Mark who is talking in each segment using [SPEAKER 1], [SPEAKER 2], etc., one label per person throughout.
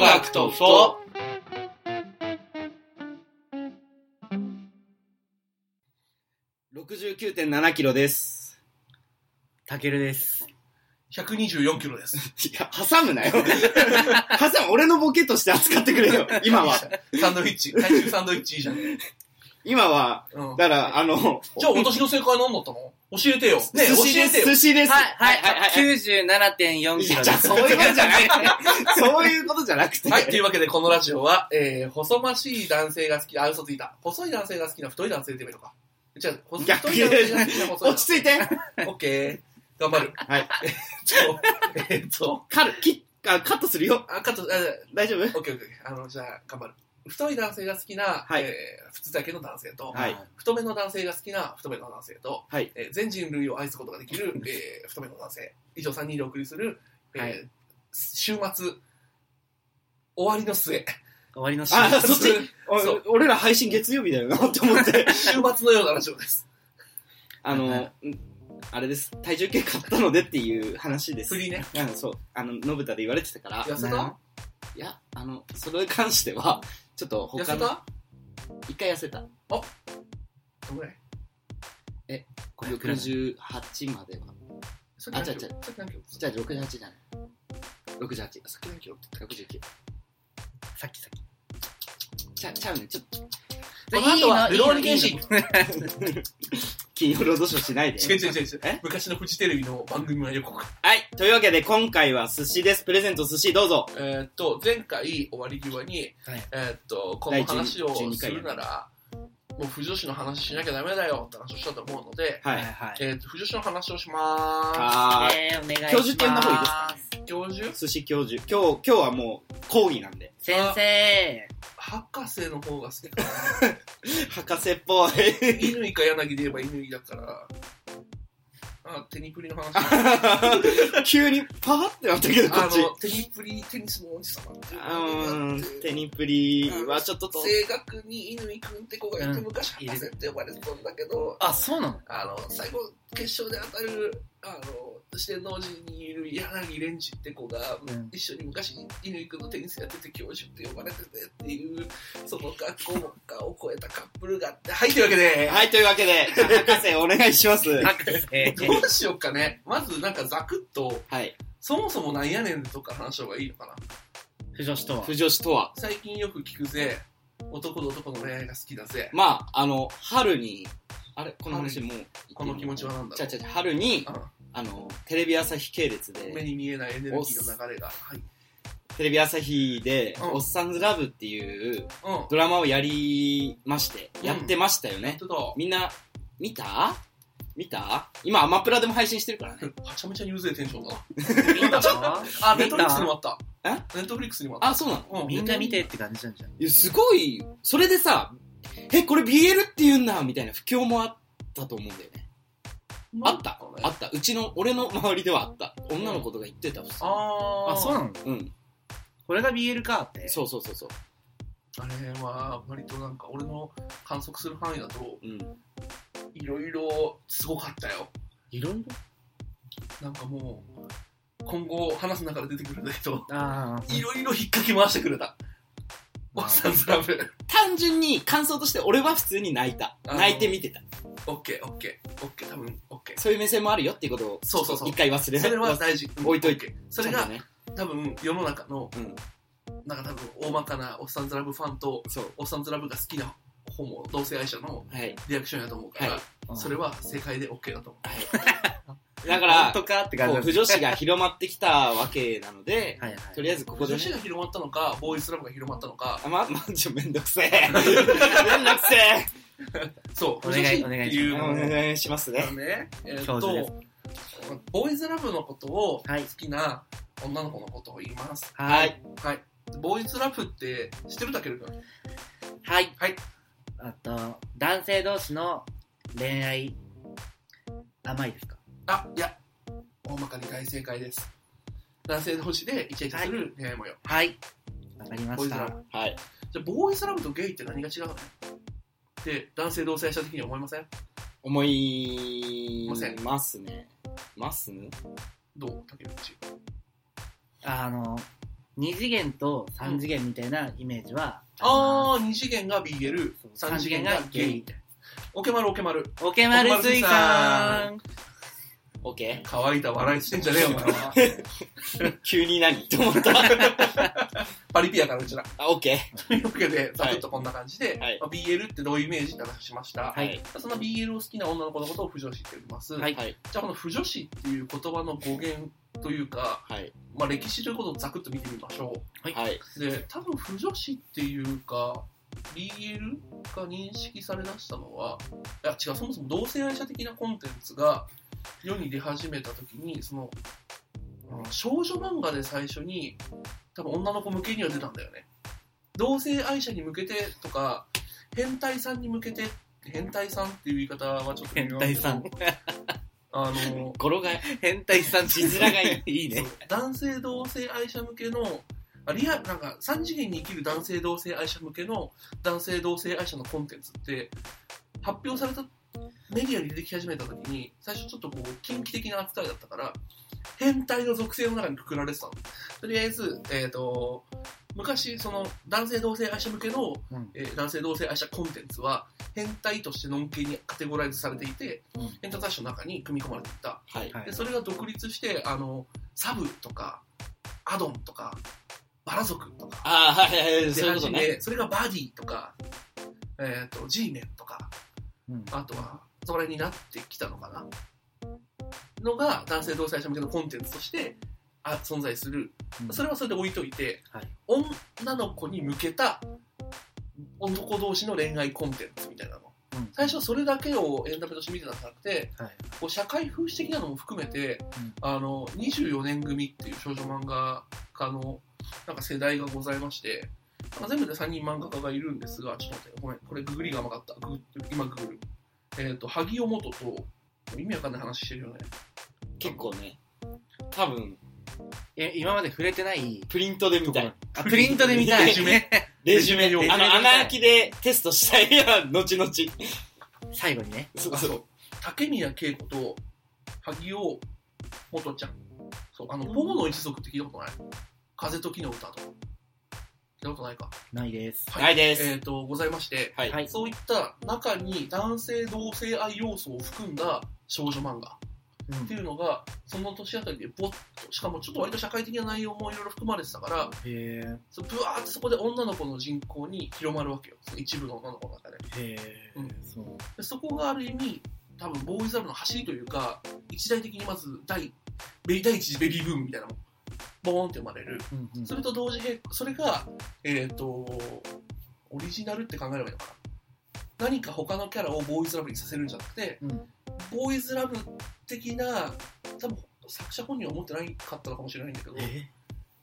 [SPEAKER 1] 学とふと69.7キロです。
[SPEAKER 2] たけるです。
[SPEAKER 3] 124キロです。
[SPEAKER 1] いや、挟むなよ。挟む、俺のボケとして扱ってくれよ。今は。
[SPEAKER 3] サンドイッチ。体重サンドイッチいいじゃん。うん。
[SPEAKER 1] 今は、
[SPEAKER 3] じ
[SPEAKER 1] だ
[SPEAKER 3] ゃ
[SPEAKER 1] から、あの、
[SPEAKER 3] あ私の正解何だったの教えてよ。ねえ
[SPEAKER 1] 寿
[SPEAKER 3] 教
[SPEAKER 1] 司で
[SPEAKER 3] えて
[SPEAKER 1] す。
[SPEAKER 3] よ。
[SPEAKER 1] 寿司です。
[SPEAKER 2] はい、は
[SPEAKER 1] は
[SPEAKER 2] い、
[SPEAKER 1] いはい
[SPEAKER 2] はい。97.4
[SPEAKER 1] い
[SPEAKER 2] キ
[SPEAKER 1] や
[SPEAKER 2] ロで
[SPEAKER 1] じゃあ
[SPEAKER 2] す。
[SPEAKER 1] そういうことじゃない。そういうことじゃなくて。
[SPEAKER 3] はい、というわけでこのラジオは、えー、細ましい男性が好き、あ、嘘ついた。細い男性が好きな太い男性って言えばいいのか。じゃあ、細い太い男性が好きな細い
[SPEAKER 1] 落ち着いて。
[SPEAKER 3] 男性。オッケー。頑張る。
[SPEAKER 1] はい。
[SPEAKER 3] えっと、えっと、
[SPEAKER 1] カル、キッ、あカットするよ。
[SPEAKER 3] あ、カット、あ
[SPEAKER 1] 大丈夫
[SPEAKER 3] オッケーオッケー。あの、じゃあ、頑張る。太い男性が好きな、
[SPEAKER 1] はい
[SPEAKER 3] えー、普通だけの男性と、
[SPEAKER 1] はい。
[SPEAKER 3] 太めの男性が好きな太めの男性と、
[SPEAKER 1] はい
[SPEAKER 3] えー全人類を愛すことができる、えー太めの男性以上3人でお送りする、えー
[SPEAKER 2] はい
[SPEAKER 3] 週末終わりの末
[SPEAKER 2] 終わりのシーン。
[SPEAKER 1] あ、 そっち。
[SPEAKER 3] そう
[SPEAKER 1] お俺ら配信月曜日だよなって思 って。
[SPEAKER 3] 週末のようなラジオです
[SPEAKER 1] あの、うんあれです。体重計買ったのでっていう話です。
[SPEAKER 3] 振りね
[SPEAKER 1] うん、そう。あの、信太で言われてたから。
[SPEAKER 3] 痩せた
[SPEAKER 1] いや、あの、それに関しては、 ちょっと
[SPEAKER 3] 痩
[SPEAKER 1] 他
[SPEAKER 3] せ
[SPEAKER 1] の、
[SPEAKER 3] た
[SPEAKER 1] 一回痩せた。
[SPEAKER 3] ごめん
[SPEAKER 2] 500
[SPEAKER 1] 68までは。
[SPEAKER 3] さっき
[SPEAKER 1] あ違う
[SPEAKER 3] 何キ
[SPEAKER 1] 違
[SPEAKER 3] ロ
[SPEAKER 1] う
[SPEAKER 3] さっき何キロ
[SPEAKER 1] じゃあ68じゃない。68。
[SPEAKER 3] さっき何キロって
[SPEAKER 1] 69。
[SPEAKER 2] さっきさっき。
[SPEAKER 1] ちゃ、ちゃうね。ちょっと、
[SPEAKER 3] この後はいル
[SPEAKER 2] いの
[SPEAKER 3] ローニケンシン
[SPEAKER 1] 金曜ロードショーしないで。
[SPEAKER 3] 違う違う違う違う
[SPEAKER 1] え
[SPEAKER 3] 昔のフジテレビの番組の予告
[SPEAKER 1] はい。というわけで、今回は寿司です。プレゼント寿司どうぞ。
[SPEAKER 3] えーっと前回終わり際に、
[SPEAKER 2] はい
[SPEAKER 3] えーっとこ
[SPEAKER 1] 第
[SPEAKER 3] の
[SPEAKER 1] 12
[SPEAKER 3] 話を
[SPEAKER 1] 12
[SPEAKER 3] するならもう不女子の話しなきゃダメだよって話をしたと思うので、
[SPEAKER 1] は
[SPEAKER 2] はい
[SPEAKER 1] い。
[SPEAKER 2] はい。
[SPEAKER 3] えーっと不女子の話をします
[SPEAKER 1] あー
[SPEAKER 2] えー、お願いします。
[SPEAKER 1] 教授権の方いいですか
[SPEAKER 3] 教授
[SPEAKER 1] 寿司教授。今日、今日はもう、講義なんで。
[SPEAKER 2] 先生。
[SPEAKER 3] 博士の方が好きかな
[SPEAKER 1] 博士っぽい。
[SPEAKER 3] 乾か柳で言えば乾だからあテニプリの話
[SPEAKER 1] 急にパーってなったけど、こ
[SPEAKER 3] あ
[SPEAKER 1] っち。
[SPEAKER 3] のテニプリテニスの王子様ってい
[SPEAKER 1] う
[SPEAKER 3] うのがあっ
[SPEAKER 1] ーん、
[SPEAKER 3] て
[SPEAKER 1] テニプリはちょっとと、
[SPEAKER 3] 声楽に乾くんって子がいて
[SPEAKER 2] うん
[SPEAKER 3] 昔博士って呼ばれてたんだけど
[SPEAKER 2] あ、そうなの
[SPEAKER 3] あの最後決勝で当たるあの四天王寺にいる柳蓮司って子が、
[SPEAKER 2] うん
[SPEAKER 3] 一緒に昔乾くんのテニスやってて教授って呼ばれててっていうその学校を超えたカップルがあってはいというわけで
[SPEAKER 1] はい、というわけで、じゃあ博士お願いします。は
[SPEAKER 2] 博士。
[SPEAKER 3] どうしようかね。まずなんかザクッと、
[SPEAKER 1] い。
[SPEAKER 3] そもそもなんやねんとか話した方がいいのかな。
[SPEAKER 2] 不女子とは。
[SPEAKER 1] 不女子とは、
[SPEAKER 3] 最近よく聞くぜ、男と男の恋愛が好きだぜ。
[SPEAKER 1] まあ、あの、春に、あれ、この話もう、
[SPEAKER 3] この気持ちはなんだ
[SPEAKER 1] ち
[SPEAKER 3] ろ
[SPEAKER 1] ゃちゃちゃ、春に、
[SPEAKER 3] う
[SPEAKER 1] あの、テレビ朝日系列
[SPEAKER 3] うん目
[SPEAKER 1] で、
[SPEAKER 3] に見えないエネルギーの流れが。はい。
[SPEAKER 1] テレビ朝日で、
[SPEAKER 3] うん
[SPEAKER 1] おっさんずラブっていう
[SPEAKER 3] うん。
[SPEAKER 1] ドラマをやりまして、やってましたよね
[SPEAKER 3] ち。ょっと、
[SPEAKER 1] みんな、見た見た今、アマプラでも配信してるからね。
[SPEAKER 3] はちゃめちゃにうぜえテンションだな。
[SPEAKER 2] みんなは
[SPEAKER 3] あ、ネットフリックスにもあった。
[SPEAKER 1] え
[SPEAKER 3] ネットフリックスにもあっ
[SPEAKER 1] あ、そうなの
[SPEAKER 3] た。う
[SPEAKER 2] みんな見てって感じなんじゃん。
[SPEAKER 1] いや、すごい、それでさ、え、これ BL って言うんだ、みたいな不況もあったと思うんだよね。あったあ
[SPEAKER 3] あ
[SPEAKER 1] った。うちの、俺の周りではあった。女の子とか言ってた。
[SPEAKER 3] あー
[SPEAKER 2] あ、そうなの
[SPEAKER 1] うん。
[SPEAKER 2] これが BL かって。
[SPEAKER 1] そうそうそうそう。
[SPEAKER 3] あれは、割となんか俺の観測する範囲だと、
[SPEAKER 1] うん。
[SPEAKER 3] いろいろすごかったよ。
[SPEAKER 2] いろい
[SPEAKER 3] な
[SPEAKER 2] ろ
[SPEAKER 3] んかもう、今後話す中で出てくるんだけど、
[SPEAKER 2] ああ。
[SPEAKER 3] いろいろ引っ掛け回してくれた。おっさんずラブ。
[SPEAKER 1] 単純に感想として俺は普通に泣いた。
[SPEAKER 3] あー
[SPEAKER 1] 泣いて見てた。
[SPEAKER 3] オッケーオッケーオッケー多分オッケー。
[SPEAKER 1] そういう目線もあるよっていうことを、
[SPEAKER 3] そうそうそう
[SPEAKER 1] 一回忘れ
[SPEAKER 3] それは
[SPEAKER 1] 忘
[SPEAKER 3] 大事。
[SPEAKER 1] 置いとい
[SPEAKER 3] て。そ
[SPEAKER 1] ちゃ
[SPEAKER 3] れ
[SPEAKER 1] んと
[SPEAKER 3] が
[SPEAKER 1] ね。
[SPEAKER 3] 多分世の中の、
[SPEAKER 1] うん。
[SPEAKER 3] なんか多分大まかなおっさんずラブファンと、
[SPEAKER 1] そう。
[SPEAKER 3] おっさんずラブが好きなホモ、同性愛者の
[SPEAKER 1] はい。
[SPEAKER 3] リアクションやと思うから、
[SPEAKER 1] は
[SPEAKER 3] それは正解でオッケーだと思
[SPEAKER 1] はい。だか
[SPEAKER 2] 本
[SPEAKER 1] ら、
[SPEAKER 2] 当かって感じ
[SPEAKER 1] こ
[SPEAKER 2] な
[SPEAKER 1] うん不
[SPEAKER 2] だ
[SPEAKER 1] 女子が広まってきたわけなので、
[SPEAKER 2] はいは
[SPEAKER 1] と
[SPEAKER 2] い。
[SPEAKER 1] りあえずこ
[SPEAKER 3] う。
[SPEAKER 1] こで
[SPEAKER 3] 女
[SPEAKER 1] ね、
[SPEAKER 3] 子が広まったのか、ボーイスラブが広まったのか、
[SPEAKER 1] あ、ま、ま、ちょ、めんどく せえ。めんどくせえ。
[SPEAKER 3] そう、
[SPEAKER 2] お
[SPEAKER 3] 女
[SPEAKER 2] 願い
[SPEAKER 3] 子っていう
[SPEAKER 1] お
[SPEAKER 3] のね
[SPEAKER 1] 願いしますね。
[SPEAKER 3] えっ
[SPEAKER 2] 教授で
[SPEAKER 3] と、ボーイズラブのことを好
[SPEAKER 2] はい。
[SPEAKER 3] きな女の子のことを言います。
[SPEAKER 1] は
[SPEAKER 2] はいい。。
[SPEAKER 3] はい。ボーイズラブって知ってるだけるか
[SPEAKER 2] はい。
[SPEAKER 3] はい。
[SPEAKER 2] あと、男性同士の恋愛、甘いですか
[SPEAKER 3] あ、いや、大まかに大正解です。男性同士でイチャイチャする恋愛模様。
[SPEAKER 2] はい。わかりま
[SPEAKER 3] ボー
[SPEAKER 2] し
[SPEAKER 3] イズラ
[SPEAKER 2] た
[SPEAKER 3] ブ。。
[SPEAKER 1] はい。
[SPEAKER 3] じゃあ、ボーイズラブとゲイって何が違うので、男性同性愛者的には思いません
[SPEAKER 1] 思いますね。ます
[SPEAKER 3] どう竹内。
[SPEAKER 2] あの、二次元と三次元みたいなイメージは
[SPEAKER 3] あー、二次元が BL
[SPEAKER 2] そう、
[SPEAKER 3] 三次元がゲイ。
[SPEAKER 2] たい
[SPEAKER 3] オケマルオケマル。
[SPEAKER 2] な。オケマル水さん。
[SPEAKER 1] オッ ケ
[SPEAKER 3] 乾いた笑いしてんじゃねえよ、お前 は。
[SPEAKER 1] ー。急に何と思 った。
[SPEAKER 3] パリピやから、うちら。
[SPEAKER 1] あ、オッケ
[SPEAKER 3] というわけで、ざくっとこんな感じで、
[SPEAKER 1] はい
[SPEAKER 3] まあ BL ってどういうイメージって話しました。
[SPEAKER 1] ー。はい。
[SPEAKER 3] その BL を好きな女の子のことを不女子って言います。
[SPEAKER 1] はい。はい。
[SPEAKER 3] じゃあ、この不女子っていう言葉の語源というか、
[SPEAKER 1] はい。
[SPEAKER 3] まあ、歴史ということをざくっと見てみましょ
[SPEAKER 1] はい。
[SPEAKER 3] う。で、多分不女子っていうか、BL が認識されだしたのは、いや違う、そもそも同性愛者的なコンテンツが世に出始めた時に、その、うん少女漫画で最初に、多分女の子向けには出たんだよね。同性愛者に向けてとか、変態さんに向けて、変態さんっていう言い方はちょっと微妙なんだけど。あの、
[SPEAKER 1] 語呂が、
[SPEAKER 2] 変態さん
[SPEAKER 1] 字面がい
[SPEAKER 2] いい
[SPEAKER 3] そう。男性同性愛者向けの、あリアル、なんか、三次元に生きる男性同性愛者向けの、男性同性愛者のコンテンツって、発表されたメディアに出てき始めた時に、最初ちょっとこう、近畿的な扱いだったから、変態の属性の中にくくられてたの。とりあえず、えっ、と、昔、その、男性同性愛者向けの、
[SPEAKER 2] うん
[SPEAKER 3] えー男性同性愛者コンテンツは、変態としてのんけにカテゴライズされていて、
[SPEAKER 2] うん
[SPEAKER 3] 変態雑誌の中に組み込まれていた。
[SPEAKER 1] はい。
[SPEAKER 2] はい
[SPEAKER 3] でそれが独立してあのサブとかアドンとかバラ族とか
[SPEAKER 1] あー、はいはいはい。
[SPEAKER 3] 出
[SPEAKER 1] そういうこと
[SPEAKER 3] 始め、
[SPEAKER 1] ね。
[SPEAKER 3] それがバディとか、えー、と G メンとか
[SPEAKER 2] うん
[SPEAKER 3] あとはそれになってきたのかなのが男性同性者向けのコンテンツとしてあ存在する
[SPEAKER 2] うん
[SPEAKER 3] それはそれで置いといて、
[SPEAKER 2] はい
[SPEAKER 3] 女の子に向けた男同士の恋愛コンテンツみたいなの
[SPEAKER 2] うん
[SPEAKER 3] 最初はそれだけをエンタメとして見てたんじゃなくて
[SPEAKER 2] はい
[SPEAKER 3] こう社会風刺的なのも含めて、
[SPEAKER 2] うん
[SPEAKER 3] あの24年組っていう少女漫画家のなんか世代がございまして、なんか全部で3人漫画家がいるんですが、ちょっと待って、ごめん、これググりが甘かった。ググ今ググる。えっ、と、萩尾元と、意味わかんない話してるよね。
[SPEAKER 1] 結構ね。多分、
[SPEAKER 2] いや今まで触れてない
[SPEAKER 1] プリントで見たい。
[SPEAKER 2] あプリントで見たい
[SPEAKER 3] レジュメ
[SPEAKER 1] レジュメ
[SPEAKER 3] レジュメ
[SPEAKER 1] あの、
[SPEAKER 2] レジュメ
[SPEAKER 1] 穴開きでテストしたいや、後々。
[SPEAKER 2] 最後にね
[SPEAKER 1] そう
[SPEAKER 3] あ
[SPEAKER 1] そ。
[SPEAKER 3] そうう。竹宮恵子と萩尾元ちゃん。そう、あの、ポモの一族って聞いたことない風と木の歌とか。聞いたことないか。
[SPEAKER 2] ないです
[SPEAKER 1] ないです
[SPEAKER 3] えっ、と、ございまして、
[SPEAKER 1] はい。
[SPEAKER 2] はい
[SPEAKER 3] そういった中に男性同性愛要素を含んだ少女漫画
[SPEAKER 2] うん
[SPEAKER 3] っていうのがその年あたりでぼっとしかもちょっと割と社会的な内容もいろいろ含まれてたから
[SPEAKER 2] へー
[SPEAKER 3] そうぶわーってそこで女の子の人口に広まるわけよその一部の女の子の中で
[SPEAKER 2] へー
[SPEAKER 3] うん
[SPEAKER 2] そう
[SPEAKER 3] でそこがある意味多分ボーイズラブの走りというか一大的にまず第ベ第一次ベビーブームみたいなのもボーンって生まれる
[SPEAKER 2] うんうん
[SPEAKER 3] それと同時並行それが、えっ、と、オリジナルって考えればいいのかな。何か他のキャラをボーイズラブにさせるんじゃなくて、
[SPEAKER 2] うん
[SPEAKER 3] ボーイズラブ的な、多分作者本人は思ってないかったのかもしれないんだけど、
[SPEAKER 2] え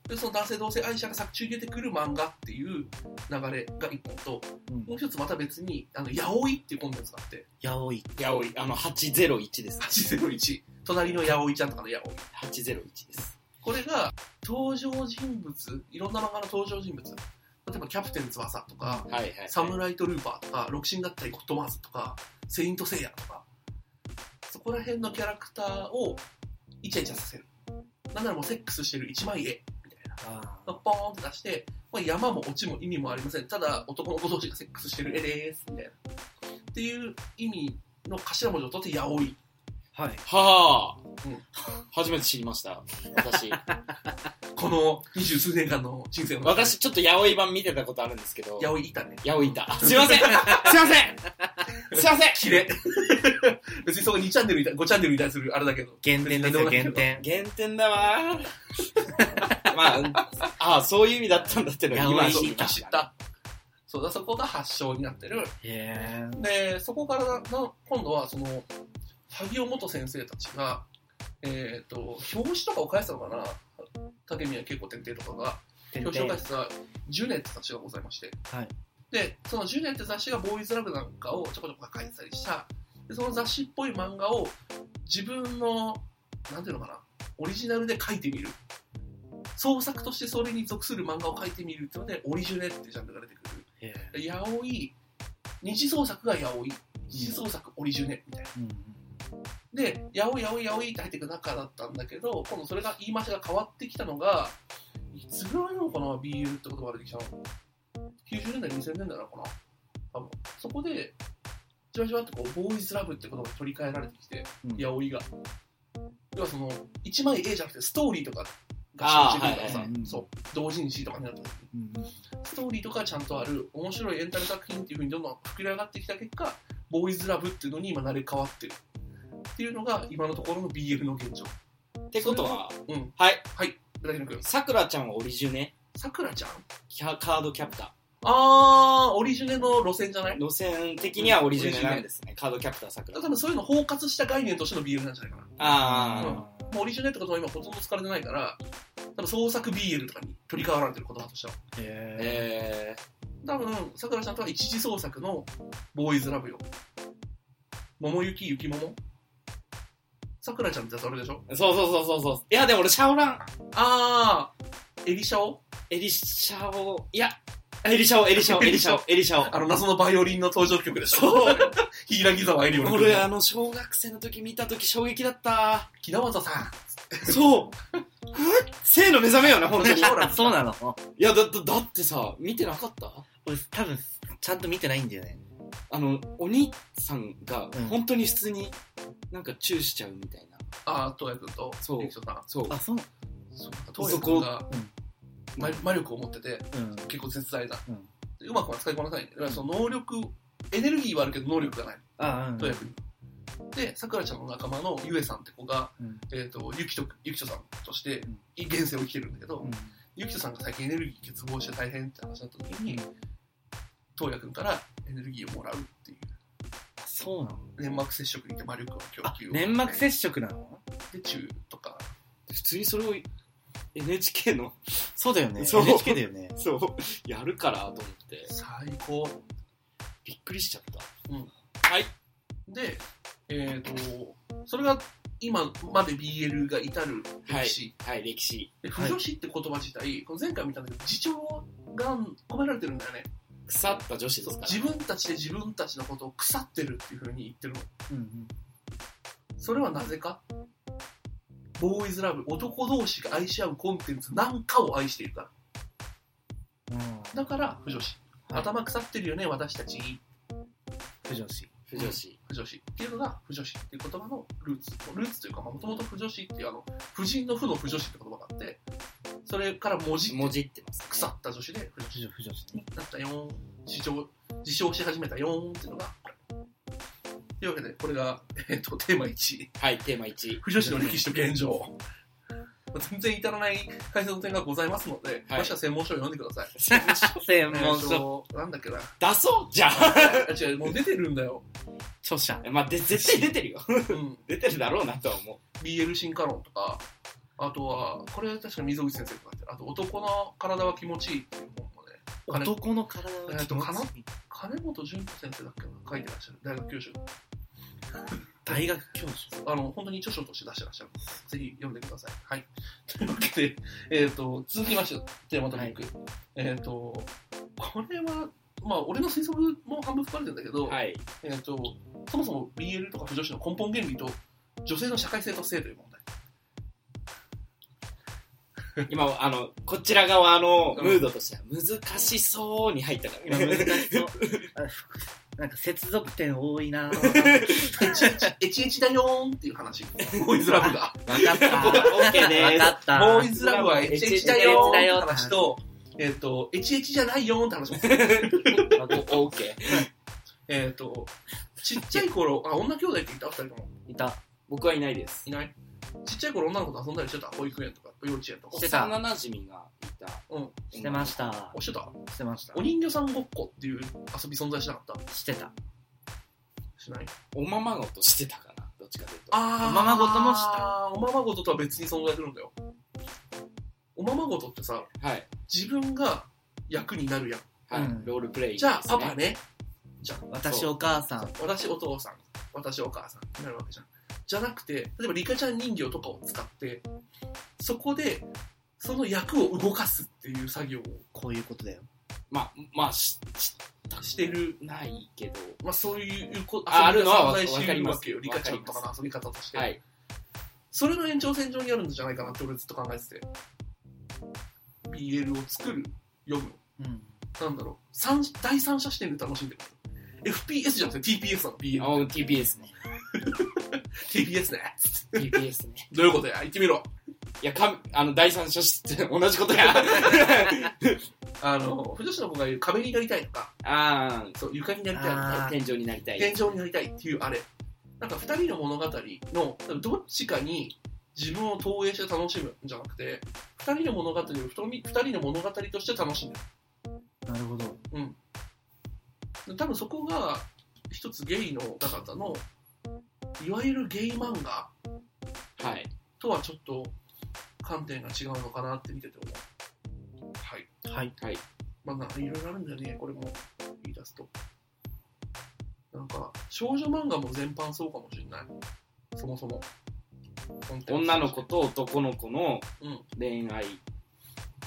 [SPEAKER 3] でその男性同性愛者が作中に出てくる漫画っていう流れが一本と、
[SPEAKER 2] うん
[SPEAKER 3] もう一つまた別に、あの、ヤオイっていうコンテンツがあって、
[SPEAKER 2] やおい
[SPEAKER 1] やおい、あの、801です。
[SPEAKER 3] 801、隣のヤオイちゃんとかのヤオイ。
[SPEAKER 1] 801です。
[SPEAKER 3] これが登場人物、いろんな漫画の登場人物、例えばキャプテン翼とか、
[SPEAKER 1] はいはい。
[SPEAKER 3] サムライトルーパーとか、六神だったりゴッドマーズとか、セイントセイヤとか、そこら辺のキャラクターをイチャイチャさせる。なんならもうセックスしてる一枚絵みたいな。
[SPEAKER 2] あー
[SPEAKER 3] ポーンって出して、まあ、山も落ちも意味もありません。ただ男の子同士がセックスしてる絵です、みたいな。っていう意味の頭文字を取って、ヤオイ。
[SPEAKER 2] はい
[SPEAKER 1] はあ、
[SPEAKER 3] うん
[SPEAKER 1] 初めて知りました。 私。
[SPEAKER 3] この二十数年間の人生の中で、
[SPEAKER 1] 私、ちょっと八百い版見てたことあるんですけど。
[SPEAKER 3] ヤオイいたね。
[SPEAKER 1] 八百いた。あすいませんすいませんすいま せん
[SPEAKER 3] キレ。 別にそこ2チャンネルみたい、5チャンネルみたいにするあれだけど。
[SPEAKER 2] 減点ですよ減点
[SPEAKER 1] 減点だわ ーまあ、ああ、そういう意味だったんだっての
[SPEAKER 2] 八
[SPEAKER 1] 今
[SPEAKER 2] 百
[SPEAKER 1] 知り
[SPEAKER 2] い
[SPEAKER 1] ま
[SPEAKER 2] た
[SPEAKER 3] 知
[SPEAKER 1] し。
[SPEAKER 3] ったた。そうだ、そこが発祥になってる。
[SPEAKER 2] へー
[SPEAKER 3] で、そこからな、な今度は、その、萩尾元先生たちが、えっ、と、表紙とかを返したのかな竹宮恵子天帝とかが、
[SPEAKER 2] 点
[SPEAKER 3] 表紙を
[SPEAKER 2] 々
[SPEAKER 3] 返したジュネって雑誌がございまして、
[SPEAKER 2] はい
[SPEAKER 3] で、そのジュネって雑誌がボーイズラブなんかをちょこちょこ書いてたりした、でその雑誌っぽい漫画を自分の、なんていうのかな、オリジナルで書いてみる。創作としてそれに属する漫画を書いてみるっていうので、オリジュネってジャンルが出てくる。
[SPEAKER 2] へー
[SPEAKER 3] やおい、二次創作がやおい、二次創作オリジュネみたいな。
[SPEAKER 2] うん
[SPEAKER 3] で、やおいやおいやおいって入っていく中だったんだけど、今度それが言い回しが変わってきたのが、いつぐらいなのかな BL って言葉が出てきたの90年代2000年代なのかな多分そこでじわじわってこうボーイズラブって言葉が取り替えられてきて、
[SPEAKER 1] うん
[SPEAKER 3] 八百いが要はその一枚絵じゃなくてストーリーとかが
[SPEAKER 1] あー
[SPEAKER 3] 集中とか
[SPEAKER 1] は
[SPEAKER 3] さ
[SPEAKER 1] い
[SPEAKER 4] はい
[SPEAKER 3] そう同人誌とかになった時に
[SPEAKER 4] うん
[SPEAKER 3] ストーリーとかちゃんとある面白いエンタメ作品っていう風にどんどん膨れ上がってきた結果ボーイズラブっていうのに今慣れ変わってるっていうのが今のところの BL の現状
[SPEAKER 1] ってことは、
[SPEAKER 3] うん
[SPEAKER 1] はい。
[SPEAKER 3] だけど君
[SPEAKER 1] さくらちゃんはオリジュネ、
[SPEAKER 3] さくらちゃん
[SPEAKER 1] キャカードキャプタ
[SPEAKER 3] あーオリジュネの路線じゃない
[SPEAKER 1] ー。路線的にはオリジュネなんですね。カードキャプターさくら
[SPEAKER 3] 多。分そういうのを包括した概念としての BL なんじゃないかな
[SPEAKER 1] あ
[SPEAKER 3] もうオリジュネって言葉は今ほとんど使われてないから多分創作 BL とかに取り替わられてる言葉としては
[SPEAKER 1] ー。
[SPEAKER 4] え
[SPEAKER 1] え
[SPEAKER 3] 多分さくらちゃんとは一次創作のボーイズラブよ桃雪雪桃さくらちゃんってそれでしょ
[SPEAKER 1] ー。そうそうそうそうそう。いや、でも俺、シャオラン、
[SPEAKER 3] あーエリシャオ
[SPEAKER 1] エリシャオ、いや、エリシャオ、エリシャオ、エリシャオ、エリシャオ。
[SPEAKER 3] あの謎のバイオリンの登場曲でしょ
[SPEAKER 1] そう。
[SPEAKER 3] 柊沢エリオの曲
[SPEAKER 1] 俺、あの、小学生の時見た時衝撃だった。
[SPEAKER 3] 木田正さん
[SPEAKER 1] そう。生の目覚めよね、本当に。い
[SPEAKER 2] ほら、 そうなの
[SPEAKER 1] や、だ、だ、だってさ、見てなかった
[SPEAKER 2] 俺、多分、ちゃんと見てないんだよね。
[SPEAKER 1] あの、お兄さんが
[SPEAKER 2] うん、
[SPEAKER 1] 本当に普通に、なんか、チューしちゃうみたいな。
[SPEAKER 3] あー東也君と
[SPEAKER 1] そう
[SPEAKER 3] エリシャオさん
[SPEAKER 1] そう。
[SPEAKER 2] あ、そう。
[SPEAKER 3] そう東也君が
[SPEAKER 2] うん
[SPEAKER 3] ま魔力を持ってて
[SPEAKER 2] うん。
[SPEAKER 3] 結構絶大な、
[SPEAKER 2] うん
[SPEAKER 3] うまくは使いこなさないだからその能力エネルギーはあるけど能力がない
[SPEAKER 2] あ、うん。
[SPEAKER 3] とやくにでさくらちゃんの仲間のゆえさんって子が、
[SPEAKER 2] うん
[SPEAKER 3] えー、とゆきとゆきとさんとして
[SPEAKER 2] ん
[SPEAKER 3] 現世を生きてるんだけど、
[SPEAKER 2] うん
[SPEAKER 3] ゆきとさんが最近エネルギー欠乏して大変って話だった時に
[SPEAKER 2] うん
[SPEAKER 3] 東也くんからエネルギーをもらうっていう
[SPEAKER 2] あそうなの
[SPEAKER 3] 粘膜接触にて魔力を供
[SPEAKER 2] あ
[SPEAKER 3] 給、を
[SPEAKER 2] 粘膜接触なの
[SPEAKER 3] で中とか
[SPEAKER 1] 普通にそれを、NHK の、
[SPEAKER 2] そうだよね。
[SPEAKER 1] そう
[SPEAKER 2] NHK だよね。
[SPEAKER 1] そう、やるから、と思って、
[SPEAKER 3] 最高
[SPEAKER 1] びっくりしちゃった。
[SPEAKER 3] でえっ、とそれが今まで BL が至る歴史、
[SPEAKER 1] はい、歴史。
[SPEAKER 3] で
[SPEAKER 2] はい
[SPEAKER 3] 不女子って言葉自体、この前回見たんだけど、自重が込められてるんだよね。
[SPEAKER 1] 腐った女子ですから。
[SPEAKER 3] 自分たちで自分たちのことを腐ってるっていう風に言ってるの。
[SPEAKER 2] うんうん。
[SPEAKER 3] それはなぜかボーイズラブ、男同士が愛し合うコンテンツなんかを愛しているから。だから、不女子。
[SPEAKER 2] はい
[SPEAKER 3] 頭腐ってるよね、私たち。
[SPEAKER 2] 不女子。
[SPEAKER 1] 不女子。
[SPEAKER 3] 不女子っていうのが、不女子っていう言葉のルーツ。ルーツというか、もともと不女子っていう、あの、婦人の不の不女子って言葉があって、それから文字、
[SPEAKER 1] もじってます、ね。
[SPEAKER 3] 腐った女子で不女子
[SPEAKER 2] 不女不女子ね。
[SPEAKER 3] なったよーん自称自称し始めたよーんっていうのがこれというわけでこれが、えっとテーマ1
[SPEAKER 1] はい、テーマ1。
[SPEAKER 3] 不女子の歴史と現状まあ全然至らない解説の点がございますので、
[SPEAKER 1] はい
[SPEAKER 3] もしは専門書を読んでください
[SPEAKER 2] 専門
[SPEAKER 3] えっ
[SPEAKER 2] 書。
[SPEAKER 3] となんだっけな
[SPEAKER 1] 出そうじゃ
[SPEAKER 3] あ違うもう出てるんだよ、
[SPEAKER 2] 著者。
[SPEAKER 1] あまあ、で、絶対出てるよ。
[SPEAKER 3] うん、
[SPEAKER 1] 出てるだろうなとは思う。
[SPEAKER 3] BL 進化論とかあとはこれ確か溝口先生とかってあと男の体は気持ちいいっていう本もね金
[SPEAKER 2] 男の体は
[SPEAKER 3] えっとかな
[SPEAKER 2] 気持ちいい
[SPEAKER 3] 金本淳子先生だっけな書いてらっしゃる大学教授
[SPEAKER 2] 大学教授。
[SPEAKER 3] あの、本当に著書として出してらっしゃる。ぜひ読んでください。はい。 というわけで、えっ、と、続きまして、テーマトピック。えっ、と、これは、まあ、俺の推測も半分含まれてるんだけど、
[SPEAKER 1] はい。
[SPEAKER 3] えっ、と、そもそも BL とか不女子の根本原理と、女性の社会性と性という 問題。
[SPEAKER 1] 今、あの、こちら側の
[SPEAKER 3] うん
[SPEAKER 1] ムードとしては、難しそうに入ったから
[SPEAKER 2] 今
[SPEAKER 1] ね。
[SPEAKER 2] 難しそう。あふなんか接続点多いなわか
[SPEAKER 3] エチエチだよーんっていう 話。ボーイズラブが。
[SPEAKER 2] った。
[SPEAKER 1] オッケーです
[SPEAKER 2] わかった。
[SPEAKER 3] ボーイズラブはエチエチだよーんって話と、えっ、と、エチエチじゃないよーんって話も
[SPEAKER 1] おオッケー。
[SPEAKER 3] えっと、ちっちゃい頃、あ、女兄弟っていた二人とも。
[SPEAKER 2] いた。
[SPEAKER 1] 僕はいないです
[SPEAKER 3] い。ないちっちゃい頃女の子と遊んだりしてた保育園とか幼稚園とか
[SPEAKER 2] してた
[SPEAKER 1] 幼馴染がいた。
[SPEAKER 3] うん
[SPEAKER 2] してま
[SPEAKER 1] し
[SPEAKER 2] した
[SPEAKER 3] お。してた
[SPEAKER 2] してました
[SPEAKER 3] お。人形さんごっこっていう遊び存在しなかった
[SPEAKER 2] してた。
[SPEAKER 3] しない
[SPEAKER 1] おままごとしてたかな、どっちかというと。
[SPEAKER 3] あ
[SPEAKER 2] おままごともした
[SPEAKER 3] おままごととは別に存在するんだよおままごとってさ
[SPEAKER 1] はい。
[SPEAKER 3] 自分が役になるやん
[SPEAKER 1] はい、
[SPEAKER 2] うん
[SPEAKER 1] ロールプレイ、
[SPEAKER 3] じゃあパパ。ね
[SPEAKER 2] 私お母さん。
[SPEAKER 3] 私お父さん私お母さんになるわけじゃんじゃなくて例えばリカちゃん人形とかを使ってそこでその役を動かすっていう作業を
[SPEAKER 2] こういうことだよ。
[SPEAKER 1] まあ、まあ、し、し
[SPEAKER 3] してる
[SPEAKER 1] ないけど。
[SPEAKER 3] まあ、そういうこ
[SPEAKER 1] ああるのはわ
[SPEAKER 3] 存在し
[SPEAKER 1] わかります
[SPEAKER 3] わけよ。リカちゃんとかの遊び方として。
[SPEAKER 1] はい。
[SPEAKER 3] それの延長線上にあるんじゃないかなって俺ずっと考えてて。 BL を作る、読む、
[SPEAKER 2] うん。
[SPEAKER 3] なんだろう、三第三者視点で楽しんでる。FPS じゃなくて TPS なの、BL。
[SPEAKER 1] おう TPS ね。
[SPEAKER 3] TPS ね。
[SPEAKER 1] TPS ね。
[SPEAKER 3] どういうことや言ってみろ。
[SPEAKER 1] いや、かあの、第三者視点、同じことや。
[SPEAKER 3] あの、藤吉の子が言う壁になりたいとか、
[SPEAKER 1] あ
[SPEAKER 3] そう、床になりたいと
[SPEAKER 2] あ
[SPEAKER 3] か、
[SPEAKER 1] あ、天井になりたい。
[SPEAKER 3] 天井になりたいっていうあれ。なんか二人の物語の、どっちかに自分を投影して楽しむんじゃなくて、二人の物語を二人二人の物語として楽しんでる
[SPEAKER 2] なるほど。
[SPEAKER 3] 多分そこが一つゲイの方々のいわゆるゲイ漫画
[SPEAKER 1] はい。
[SPEAKER 3] とはちょっと観点が違うのかなって見てて思うはい
[SPEAKER 2] はい。
[SPEAKER 1] はい。
[SPEAKER 3] まあないろいろあるんだよねこれも言い出すとなんか少女漫画も全般そうかもしれないそもそもコンテンツとして
[SPEAKER 1] 女の子と男の子の
[SPEAKER 3] うん
[SPEAKER 1] 恋愛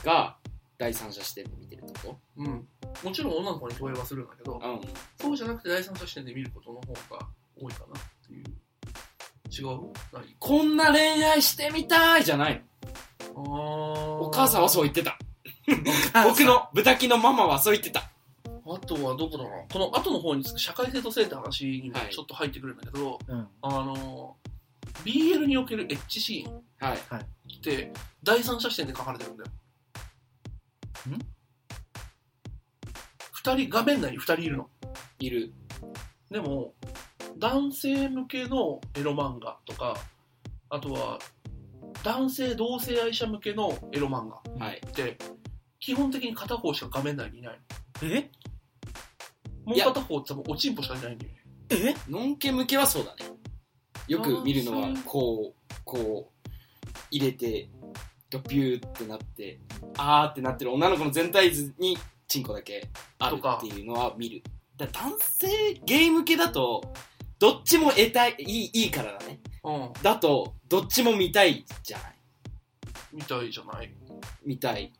[SPEAKER 1] が第三者視点で見てるってこ
[SPEAKER 3] うんもちろん女の子に投影はするんだけど
[SPEAKER 1] とうん。
[SPEAKER 3] そうじゃなくて第三者視点で見ることの方が多いかなっていう違うない
[SPEAKER 1] こんな恋愛してみたいじゃないの。
[SPEAKER 3] あ
[SPEAKER 1] お
[SPEAKER 3] お
[SPEAKER 1] 母さんはそう言って た。僕の豚キのママはそう言ってた。
[SPEAKER 3] あとはどこだろうこの後の方につく社会性と性って話にも
[SPEAKER 1] はい
[SPEAKER 3] ちょっと入ってくるんだけど、
[SPEAKER 2] うん。
[SPEAKER 3] あの、BL におけるエッチシーンっ
[SPEAKER 1] はい。
[SPEAKER 3] て第三者視点で書かれてるんだよ。
[SPEAKER 2] ん
[SPEAKER 3] 二人、画面内に二人いるの。
[SPEAKER 1] いる。
[SPEAKER 3] でも、男性向けのエロ漫画とか、あとは男性同性愛者向けのエロ漫画
[SPEAKER 1] はい。
[SPEAKER 3] って、基本的に片方しか画面内にいない
[SPEAKER 2] え
[SPEAKER 3] の。もう
[SPEAKER 1] いや
[SPEAKER 3] 片方って多分おちんぽしかいないんだよね。
[SPEAKER 2] え
[SPEAKER 1] のんけ向けはそうだね。よく見るの
[SPEAKER 3] あ
[SPEAKER 1] は
[SPEAKER 3] ーそう、
[SPEAKER 1] こう、こう、入れて、ドピューってなって、あーってなってる女の子の全体図に、チンコだけある
[SPEAKER 3] とか
[SPEAKER 1] っていうのは見る。だから男性ゲーム系だと、どっちも得たい、いい、いいからだね。
[SPEAKER 3] うん。
[SPEAKER 1] だと、どっちも見たいじゃない。
[SPEAKER 3] みたいじゃない
[SPEAKER 1] 見たい。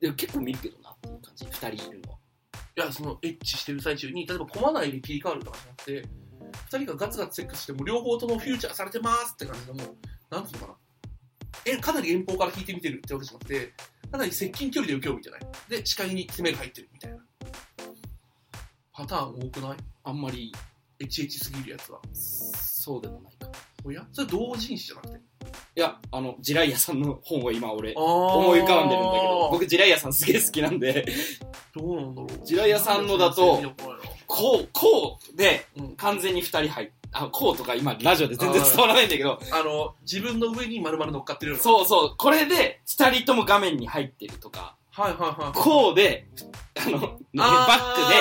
[SPEAKER 1] でも結構見るけどなっていう感じ。二人いるのは。
[SPEAKER 3] いや、その、エッチしてる最中に、例えば、コマ内で切り替わるとかじゃなくて、二人がガツガツセックスしても、両方ともフューチャーされてますって感じで、もう、なんていうのかな。え、かなり遠方から引いて見てるってわけじゃなくて、かなり接近距離で受けようみたいな。で、視界に攻めが入ってるみたいな。パターン多くない
[SPEAKER 1] あんまり、
[SPEAKER 3] エッチエッチすぎるやつは。
[SPEAKER 1] そうでもないか。
[SPEAKER 3] おやそれ同人誌じゃなくて。
[SPEAKER 1] いや、あの、ジライヤさんの本を今俺、
[SPEAKER 3] 思
[SPEAKER 1] 思い浮かんでるんだけど、僕ジライヤさんすげえ好きなんで、
[SPEAKER 3] どうなんだろう。
[SPEAKER 1] ジラヤさんのだと
[SPEAKER 3] なんでそんなに
[SPEAKER 1] こう、こうで、
[SPEAKER 3] 見たことないのうん
[SPEAKER 1] 完全に二人入っあ、こうとか今ラジオで全然伝わらないんだけど、
[SPEAKER 3] あの、自分の上に丸々乗っかってるような。
[SPEAKER 1] そうそう、これで二人とも画面に入ってるとか、
[SPEAKER 3] はいはいはい。
[SPEAKER 1] こうで、あの、バ
[SPEAKER 3] あー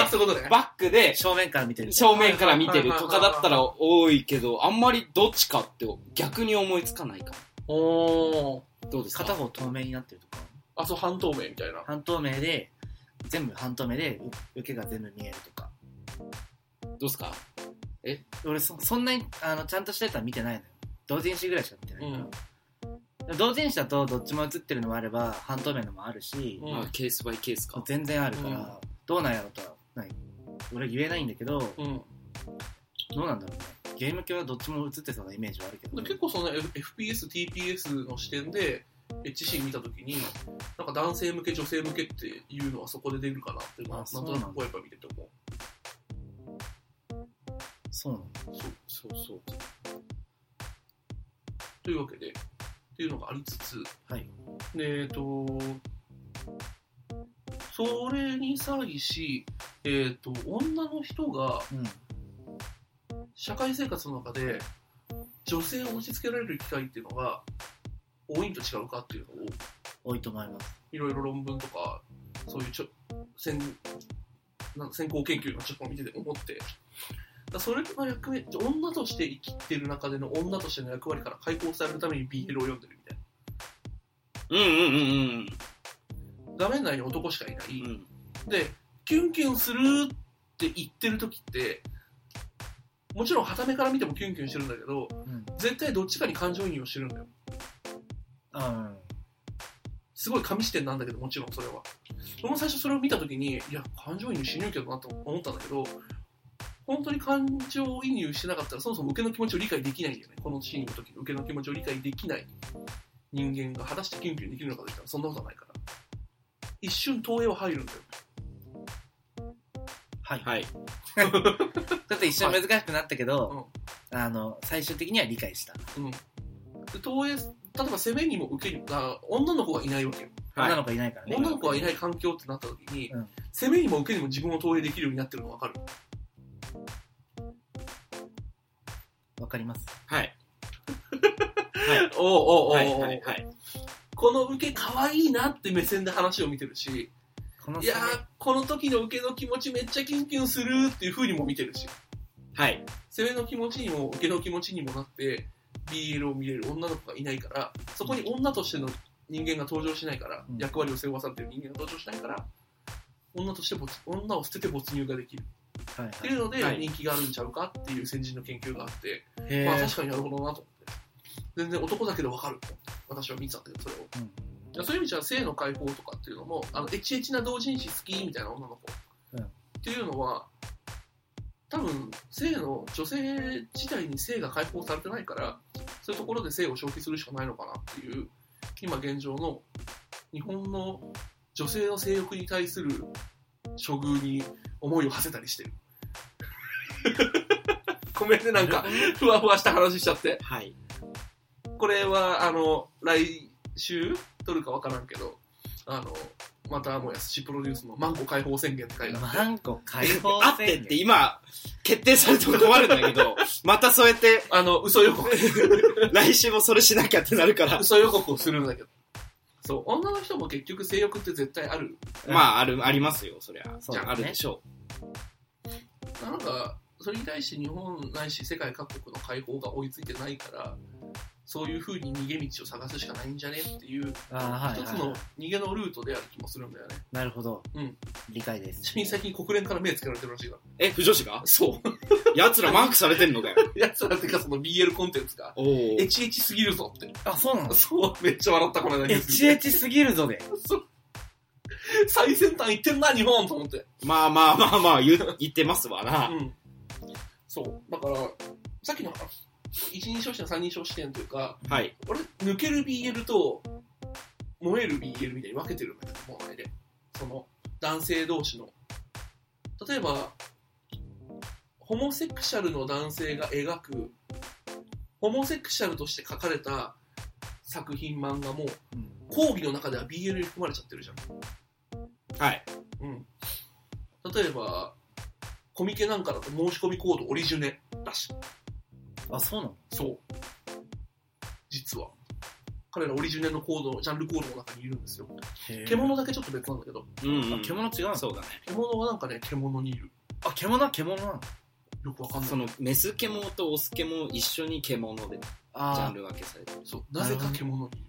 [SPEAKER 1] ック
[SPEAKER 3] そういうことね
[SPEAKER 1] で、。バックで、
[SPEAKER 2] 正面から見てる。
[SPEAKER 1] 正面から見てるとかだったら多いけど、あんまりどっちかって逆に思いつかないか
[SPEAKER 3] おー。
[SPEAKER 1] も。どうですか
[SPEAKER 2] 片方透明になってるとか。
[SPEAKER 3] あ、そう、半透明みたいな。
[SPEAKER 2] 半透明で、全部半透明で、う受けが全部見えるとか。
[SPEAKER 1] どうですか
[SPEAKER 2] 俺そ、そんなに、あの、ちゃんとしてたら見てないのよ。同人誌ぐらいしか見てないから。同人誌だと、どっちも映ってるのもあれば、半透明のもあるし、
[SPEAKER 3] うん
[SPEAKER 1] まあ、ケースバイケースか。
[SPEAKER 2] 全然あるから、
[SPEAKER 3] うん
[SPEAKER 2] どうなんやろうとは、ない。俺言えないんだけど、
[SPEAKER 3] うん。
[SPEAKER 2] どうなんだろうね。ゲーム系はどっちも映ってそうなイメージはあるけど、
[SPEAKER 3] 結構その F- FPS、TPS の視点で、HC 見たときに、なんか男性向け、女性向けっていうのはそこで出るかなっていうのは、
[SPEAKER 2] あ
[SPEAKER 3] なんとな
[SPEAKER 2] そうなんだ
[SPEAKER 3] くこうやっぱ見てて思う。
[SPEAKER 2] そうなの。
[SPEAKER 1] そうそう。
[SPEAKER 3] というわけで、っていうのがありつつ、
[SPEAKER 2] はい。
[SPEAKER 3] でえっ、と、それに際し、えっ、と、女の人が
[SPEAKER 2] うん。
[SPEAKER 3] 社会生活の中で、女性を押し付けられる機会っていうのが、多いんと違うかっていうのを、
[SPEAKER 2] 多いと思います。
[SPEAKER 3] いろいろ論文とか、そういうちょ先なんか先行研究のちょっと見てて思って、だからそれの役目、女として生きてる中での女としての役割から解放されるために BL を読んでるみたい
[SPEAKER 1] う
[SPEAKER 3] な。
[SPEAKER 1] んうんうん
[SPEAKER 3] 画面内に男しかいない。
[SPEAKER 1] うん。うん
[SPEAKER 3] で、キュンキュンするって言ってる時って、もちろん傍目から見てもキュンキュンしてるんだけど、
[SPEAKER 2] うん。
[SPEAKER 3] 絶対どっちかに感情移入をしてるんだよ。
[SPEAKER 2] あうん。
[SPEAKER 3] すごい紙視点なんだけど、もちろんそれは。僕も最初それを見たときに、いや、感情移入しねえけどなと思ったんだけど、本当に感情移入してなかったら、そもそも受けの気持ちを理解できないんだよね。このシーンの時に受けの気持ちを理解できない人間が果たしてキュンキュンできるのかといったら、そんなことはないから。一瞬投影は入るんだよ。
[SPEAKER 2] はい、
[SPEAKER 1] はい。
[SPEAKER 2] ちょっと一瞬難しくなったけど、
[SPEAKER 3] はい
[SPEAKER 2] あの最終的には理解した、
[SPEAKER 3] うん、で投影例えば攻めにも受けにもあ女の子がいないわけよ
[SPEAKER 2] 女の
[SPEAKER 1] は
[SPEAKER 2] 子いないからね
[SPEAKER 3] 女の子がいない環境ってなった時に、
[SPEAKER 2] うん
[SPEAKER 3] 攻めにも受けにも自分を投影できるようになってるの分かる
[SPEAKER 2] わかりま
[SPEAKER 1] い。
[SPEAKER 2] す
[SPEAKER 1] はい。
[SPEAKER 3] おお
[SPEAKER 1] はい。はい。はい。
[SPEAKER 3] この受け可愛いなって目線で話を見てるし
[SPEAKER 2] この
[SPEAKER 3] いやーこの時の受けの気持ちめっちゃキュンキュンするっていう風にも見てるし
[SPEAKER 1] はい。
[SPEAKER 3] 攻めの気持ちにも受けの気持ちにもなって BL を見れる女の子がいないからそこに女としての人間が登場しないから、
[SPEAKER 2] うん
[SPEAKER 3] 役割を背負わされてる人間が登場しないから女として没女を捨てて没入ができる
[SPEAKER 2] はい
[SPEAKER 3] っていうので
[SPEAKER 1] はい
[SPEAKER 3] 人気があるんちゃうかっていう先人の研究があって、
[SPEAKER 2] はいへー
[SPEAKER 3] まあ確かになるほどなと思って全然男だけど分かると私は見てたんだけどそれを
[SPEAKER 2] うん
[SPEAKER 3] いやそういう意味じゃ性の解放とかっていうのもあのエチエチな同人誌好きみたいな女の子、
[SPEAKER 2] うん
[SPEAKER 3] っていうのは多分性の女性自体に性が解放されてないからそういうところで性を消費するしかないのかなっていう今現状の日本の女性の性欲に対する処遇に思いを馳せたりしてるごめんねなんかふわふわした話しちゃって
[SPEAKER 1] はい。
[SPEAKER 3] これは、あの、来週撮るかわからんけど、あの、またもやすしプロデュースのマンコ解放宣言って書いてあ
[SPEAKER 2] マンコ解放
[SPEAKER 1] あってって今、決定されても困るんだけど、またそうやって、
[SPEAKER 3] あの、嘘 予告、
[SPEAKER 1] 来週もそれしなきゃってなるから、
[SPEAKER 3] 嘘予告をするんだけど。そう、女の人も結局性欲って絶対ある。
[SPEAKER 1] まあ、ある、ありますよ、そりゃ。
[SPEAKER 2] そ
[SPEAKER 1] じ
[SPEAKER 2] うだ
[SPEAKER 1] ゃ
[SPEAKER 2] ね
[SPEAKER 1] あ、あるでしょ
[SPEAKER 3] なんか、それに対して日本ないし世界各国の解放が追いついてないから、そういう風に逃げ道を探すしかないんじゃねっていう、
[SPEAKER 2] あーはい
[SPEAKER 3] 一つ
[SPEAKER 2] はい
[SPEAKER 3] の逃げのルートである気もするんだよね。
[SPEAKER 2] なるほど、
[SPEAKER 3] うん
[SPEAKER 2] 理解です
[SPEAKER 3] ちなみに最近国連から目つけられてるらしいか
[SPEAKER 1] う。え、不女子が
[SPEAKER 3] ら。そう。
[SPEAKER 1] 奴らマークされてんのかよ。
[SPEAKER 3] やつらってかその BL コンテンツが、
[SPEAKER 1] おお。
[SPEAKER 3] エチエチすぎるぞって。
[SPEAKER 2] あそうなの
[SPEAKER 3] そう、めっちゃ笑った、この間ニュ
[SPEAKER 2] エ
[SPEAKER 3] ース
[SPEAKER 2] チエチすぎるぞで
[SPEAKER 3] そう最先端行ってんな、日本と思って。
[SPEAKER 1] まあまあまあまあ、言う言ってますわな。
[SPEAKER 3] うん。そう。だから、さっきの、一人称視点、三人称視点というか、
[SPEAKER 1] はい。
[SPEAKER 3] 俺、抜ける BL と、燃える BL みたいに分けてるんだけど、もうあれで。その、男性同士の。例えば、ホモセクシャルの男性が描く、ホモセクシャルとして書かれた作品漫画も、
[SPEAKER 2] うん
[SPEAKER 3] 講義の中では BL に含まれちゃってるじゃん。
[SPEAKER 1] はい。
[SPEAKER 3] うん、例えばコミケなんかだと申し込みコードオリジュネだし
[SPEAKER 2] あそうなの
[SPEAKER 3] そう実は彼らオリジュネのコードのジャンルコードの中にいるんですよ
[SPEAKER 2] へー
[SPEAKER 3] 獣だけちょっと別なんだけど
[SPEAKER 1] うん、うん。
[SPEAKER 2] あ獣違うの
[SPEAKER 1] そうだね。
[SPEAKER 3] 獣はなんかね獣にいる
[SPEAKER 2] あ獣は獣なの
[SPEAKER 3] よくわかんない
[SPEAKER 1] その、メス獣とオス獣一緒に獣で、ジャ
[SPEAKER 2] あ
[SPEAKER 1] ンル分けされてる。
[SPEAKER 3] そうなぜか獣にいる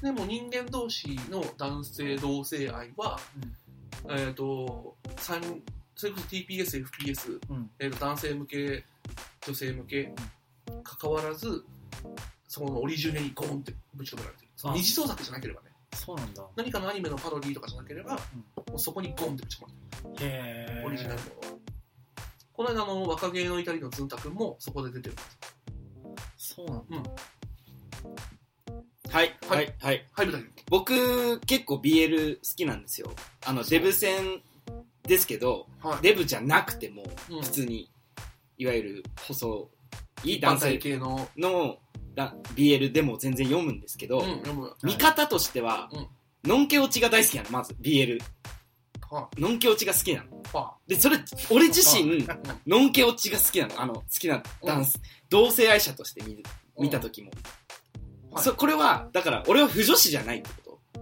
[SPEAKER 3] でも人間同士の男性同性愛は、えっ、と三それこそ TPS、FPS
[SPEAKER 2] あうん
[SPEAKER 3] えーと男性向け女性向け関わらずそこのオリジュネにゴーンってぶち込められてるその
[SPEAKER 2] あ
[SPEAKER 3] 二次創作じゃなければね
[SPEAKER 2] そうなんだ
[SPEAKER 3] 何かのアニメのパロディーとかじゃなければ、もうそこにゴーンってぶち込まれて
[SPEAKER 2] へ
[SPEAKER 3] る
[SPEAKER 2] え
[SPEAKER 3] オリジナルのものはこの間の若芸のイタリのズンタ君もそこで出てる
[SPEAKER 2] そうなんだ
[SPEAKER 1] はい。
[SPEAKER 3] はい
[SPEAKER 1] はい。はい。
[SPEAKER 3] ハイブだけど
[SPEAKER 1] 僕、結構 BL 好きなんですよ。あの、デブ戦ですけど、
[SPEAKER 3] はい
[SPEAKER 1] デブじゃなくても、
[SPEAKER 3] うん
[SPEAKER 1] 普通に、いわゆる細い
[SPEAKER 3] 男
[SPEAKER 1] 男
[SPEAKER 3] 性
[SPEAKER 1] 性
[SPEAKER 3] 系の、
[SPEAKER 1] のら BL でも全然読むんですけど、
[SPEAKER 3] うん、読む、
[SPEAKER 1] 見方としては、
[SPEAKER 3] うん
[SPEAKER 1] ノンケオチが大好きなの、まず、BL。
[SPEAKER 3] は
[SPEAKER 1] ノンケオチが好きなの。
[SPEAKER 3] いは
[SPEAKER 1] で、それ、俺自身、ノンケオチが好きなの。あの、好きなダンス。同性愛者として見る
[SPEAKER 3] うん
[SPEAKER 1] 見た時も。
[SPEAKER 3] はい
[SPEAKER 1] そこれは、だから、俺は不女子じゃないってこ
[SPEAKER 3] い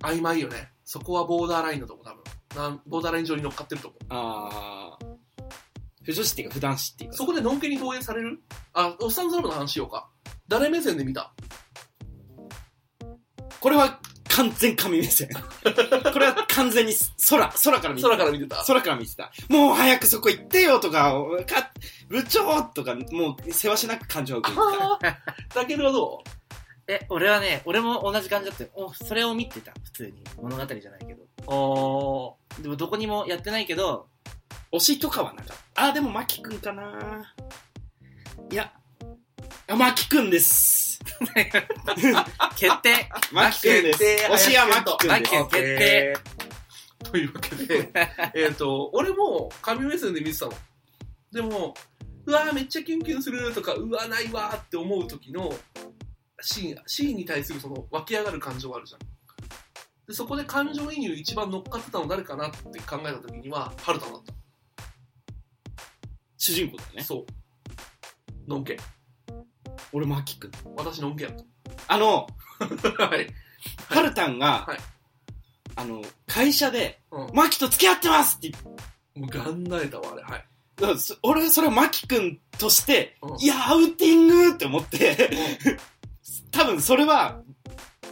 [SPEAKER 3] 曖昧よねそこはボーダーラインだと思う多分なんボーダーライン上に乗っかってると思う
[SPEAKER 1] と。あー。不女子っていうか、不男子っていうか。
[SPEAKER 3] そこでのんけに投影されるあおっさんずラブの話しようか誰目線で見た
[SPEAKER 1] これは、完全神目線。 これは完全に空、空から見てた
[SPEAKER 3] 空から見てた
[SPEAKER 1] 空から見てた。もう早くそこ行ってよとか、か部長とか、もう世話しなく感情を 受けるから。
[SPEAKER 3] あーだけどはどう
[SPEAKER 2] え俺はね俺も同じ感じだったよおそれを見てた普通に物語じゃないけど
[SPEAKER 3] あ
[SPEAKER 2] でもどこにもやってないけど
[SPEAKER 1] 推しとかはなかった。あー、でもマキ君かな。いや、あマキくんです。
[SPEAKER 2] 決定
[SPEAKER 1] マキくんです。
[SPEAKER 3] 決定
[SPEAKER 1] 推しはマキくん
[SPEAKER 2] マ
[SPEAKER 1] で
[SPEAKER 2] キ
[SPEAKER 1] す
[SPEAKER 2] 君。決定
[SPEAKER 3] というわ けで、えっと、俺も神目線で見てたの。でも、うわーめっちゃキュンキュンするとか、うわーないわーって思う時のシーン、シーンに対するその湧き上がる感情があるじゃん。で、そこで感情移入一番乗っかってたの誰かなって考えた時には、春田だっ
[SPEAKER 1] 主人公だよ
[SPEAKER 3] た。
[SPEAKER 1] ね。
[SPEAKER 3] そう。のんけ。
[SPEAKER 1] 俺マキくん。
[SPEAKER 3] 私のんけやと。
[SPEAKER 1] あの、
[SPEAKER 3] はい。
[SPEAKER 1] ハルタンが、
[SPEAKER 3] はい
[SPEAKER 1] あの、会社で、
[SPEAKER 3] うん
[SPEAKER 1] マキと付き合ってますって言って
[SPEAKER 3] もうガンなれたわ、あれ。はい。
[SPEAKER 1] だからそ俺はそれをマキくんとして、
[SPEAKER 3] うん
[SPEAKER 1] いや、アウティングって思って、 多分それは、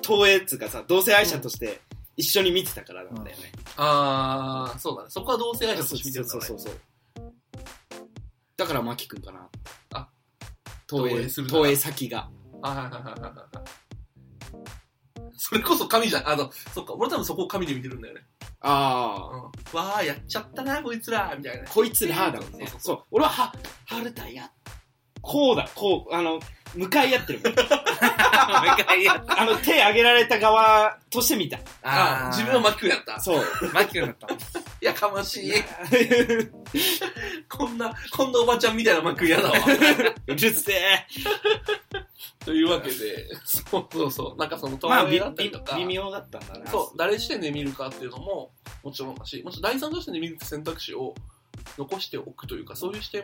[SPEAKER 1] 東映っつうかさ、同性愛者として一緒に見てたからなんだよね。
[SPEAKER 3] あー、そうだね。そこは同性愛者として見てるから、ね。
[SPEAKER 1] そうそうそうだからマキくんかな。
[SPEAKER 3] あ
[SPEAKER 1] 東
[SPEAKER 3] 投
[SPEAKER 1] 映、
[SPEAKER 3] 影するなら
[SPEAKER 1] 東映先が。
[SPEAKER 3] はいはいはいはいはい。 それこそ神じゃん。あの、そっか、俺多分そこを神で見てるんだよね。うん。
[SPEAKER 1] ああ。
[SPEAKER 3] わー、やっちゃったな、こいつら、みたいな。
[SPEAKER 1] こいつらだもんね。
[SPEAKER 3] そうそう
[SPEAKER 1] そう。俺は、は、はるたや、こうだ、こう、あの、向かい合ってるもん。
[SPEAKER 2] もう一回やる
[SPEAKER 1] あの、手挙げられた側として見た。
[SPEAKER 3] あ自分は
[SPEAKER 2] マ
[SPEAKER 3] マキ君やった。
[SPEAKER 1] そう。
[SPEAKER 2] マキ君だった
[SPEAKER 3] やかましい。こんな、こんなおばちゃんみたいなマキ君や だわ。
[SPEAKER 1] うるせえ。
[SPEAKER 3] というわけで、そうそうそう。なんかその、
[SPEAKER 1] まあ、
[SPEAKER 3] 東
[SPEAKER 1] び
[SPEAKER 3] 映だったりとか、
[SPEAKER 1] 微妙だったんだな。
[SPEAKER 3] そう、誰視点で見るかっていうのも、もちろんだし、もちろん第三者視点で見る選択肢を残しておくというか、そういう視点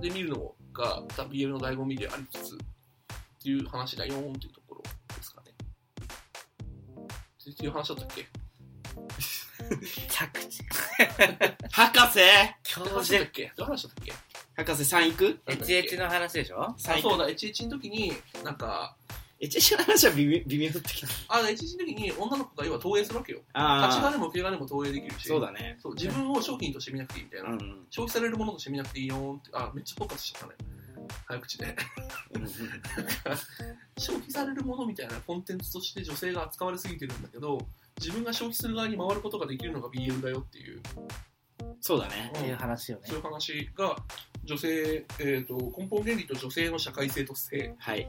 [SPEAKER 3] で見るのが、また BL の醍醐味でありつつ、っていう話だよーんっていうところですかね。っていう話だったっけ
[SPEAKER 2] 着地
[SPEAKER 1] 博士
[SPEAKER 3] ど
[SPEAKER 2] 教
[SPEAKER 3] ういう話
[SPEAKER 2] 授
[SPEAKER 3] だったっけどういう話だったっけ
[SPEAKER 1] 博士さん行く
[SPEAKER 3] なんだっけ
[SPEAKER 2] HH の話でしょ
[SPEAKER 1] さん
[SPEAKER 3] あ
[SPEAKER 1] 行
[SPEAKER 3] そ
[SPEAKER 1] く
[SPEAKER 3] うだ、HH の時に、なんか、
[SPEAKER 1] え、ちの話は微妙微妙だったけど。
[SPEAKER 3] あ、HH の時に女の子が要は投影するわけよ。立ち
[SPEAKER 1] ああ。
[SPEAKER 3] 金も受け金も投影できるし、
[SPEAKER 1] そうだね。
[SPEAKER 3] そう自分を商品として見なくていいみたいな。
[SPEAKER 1] うん。
[SPEAKER 3] 消費されるものとして見なくていいよーんって、あ、めっちゃフォーカスしちゃったね。早口で。 消費されるものみたいなコンテンツとして女性が扱われすぎてるんだけど自分が消費する側に回ることができるのが BL だよっていう、
[SPEAKER 1] そうだね。
[SPEAKER 2] っていう話よね
[SPEAKER 3] そういう話が女性、えー、と根本原理と女性の社会性と性
[SPEAKER 1] はい。